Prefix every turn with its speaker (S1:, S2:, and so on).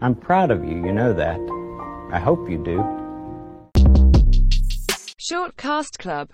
S1: I'm proud of you, you know that. I hope you do.
S2: Short Cast Club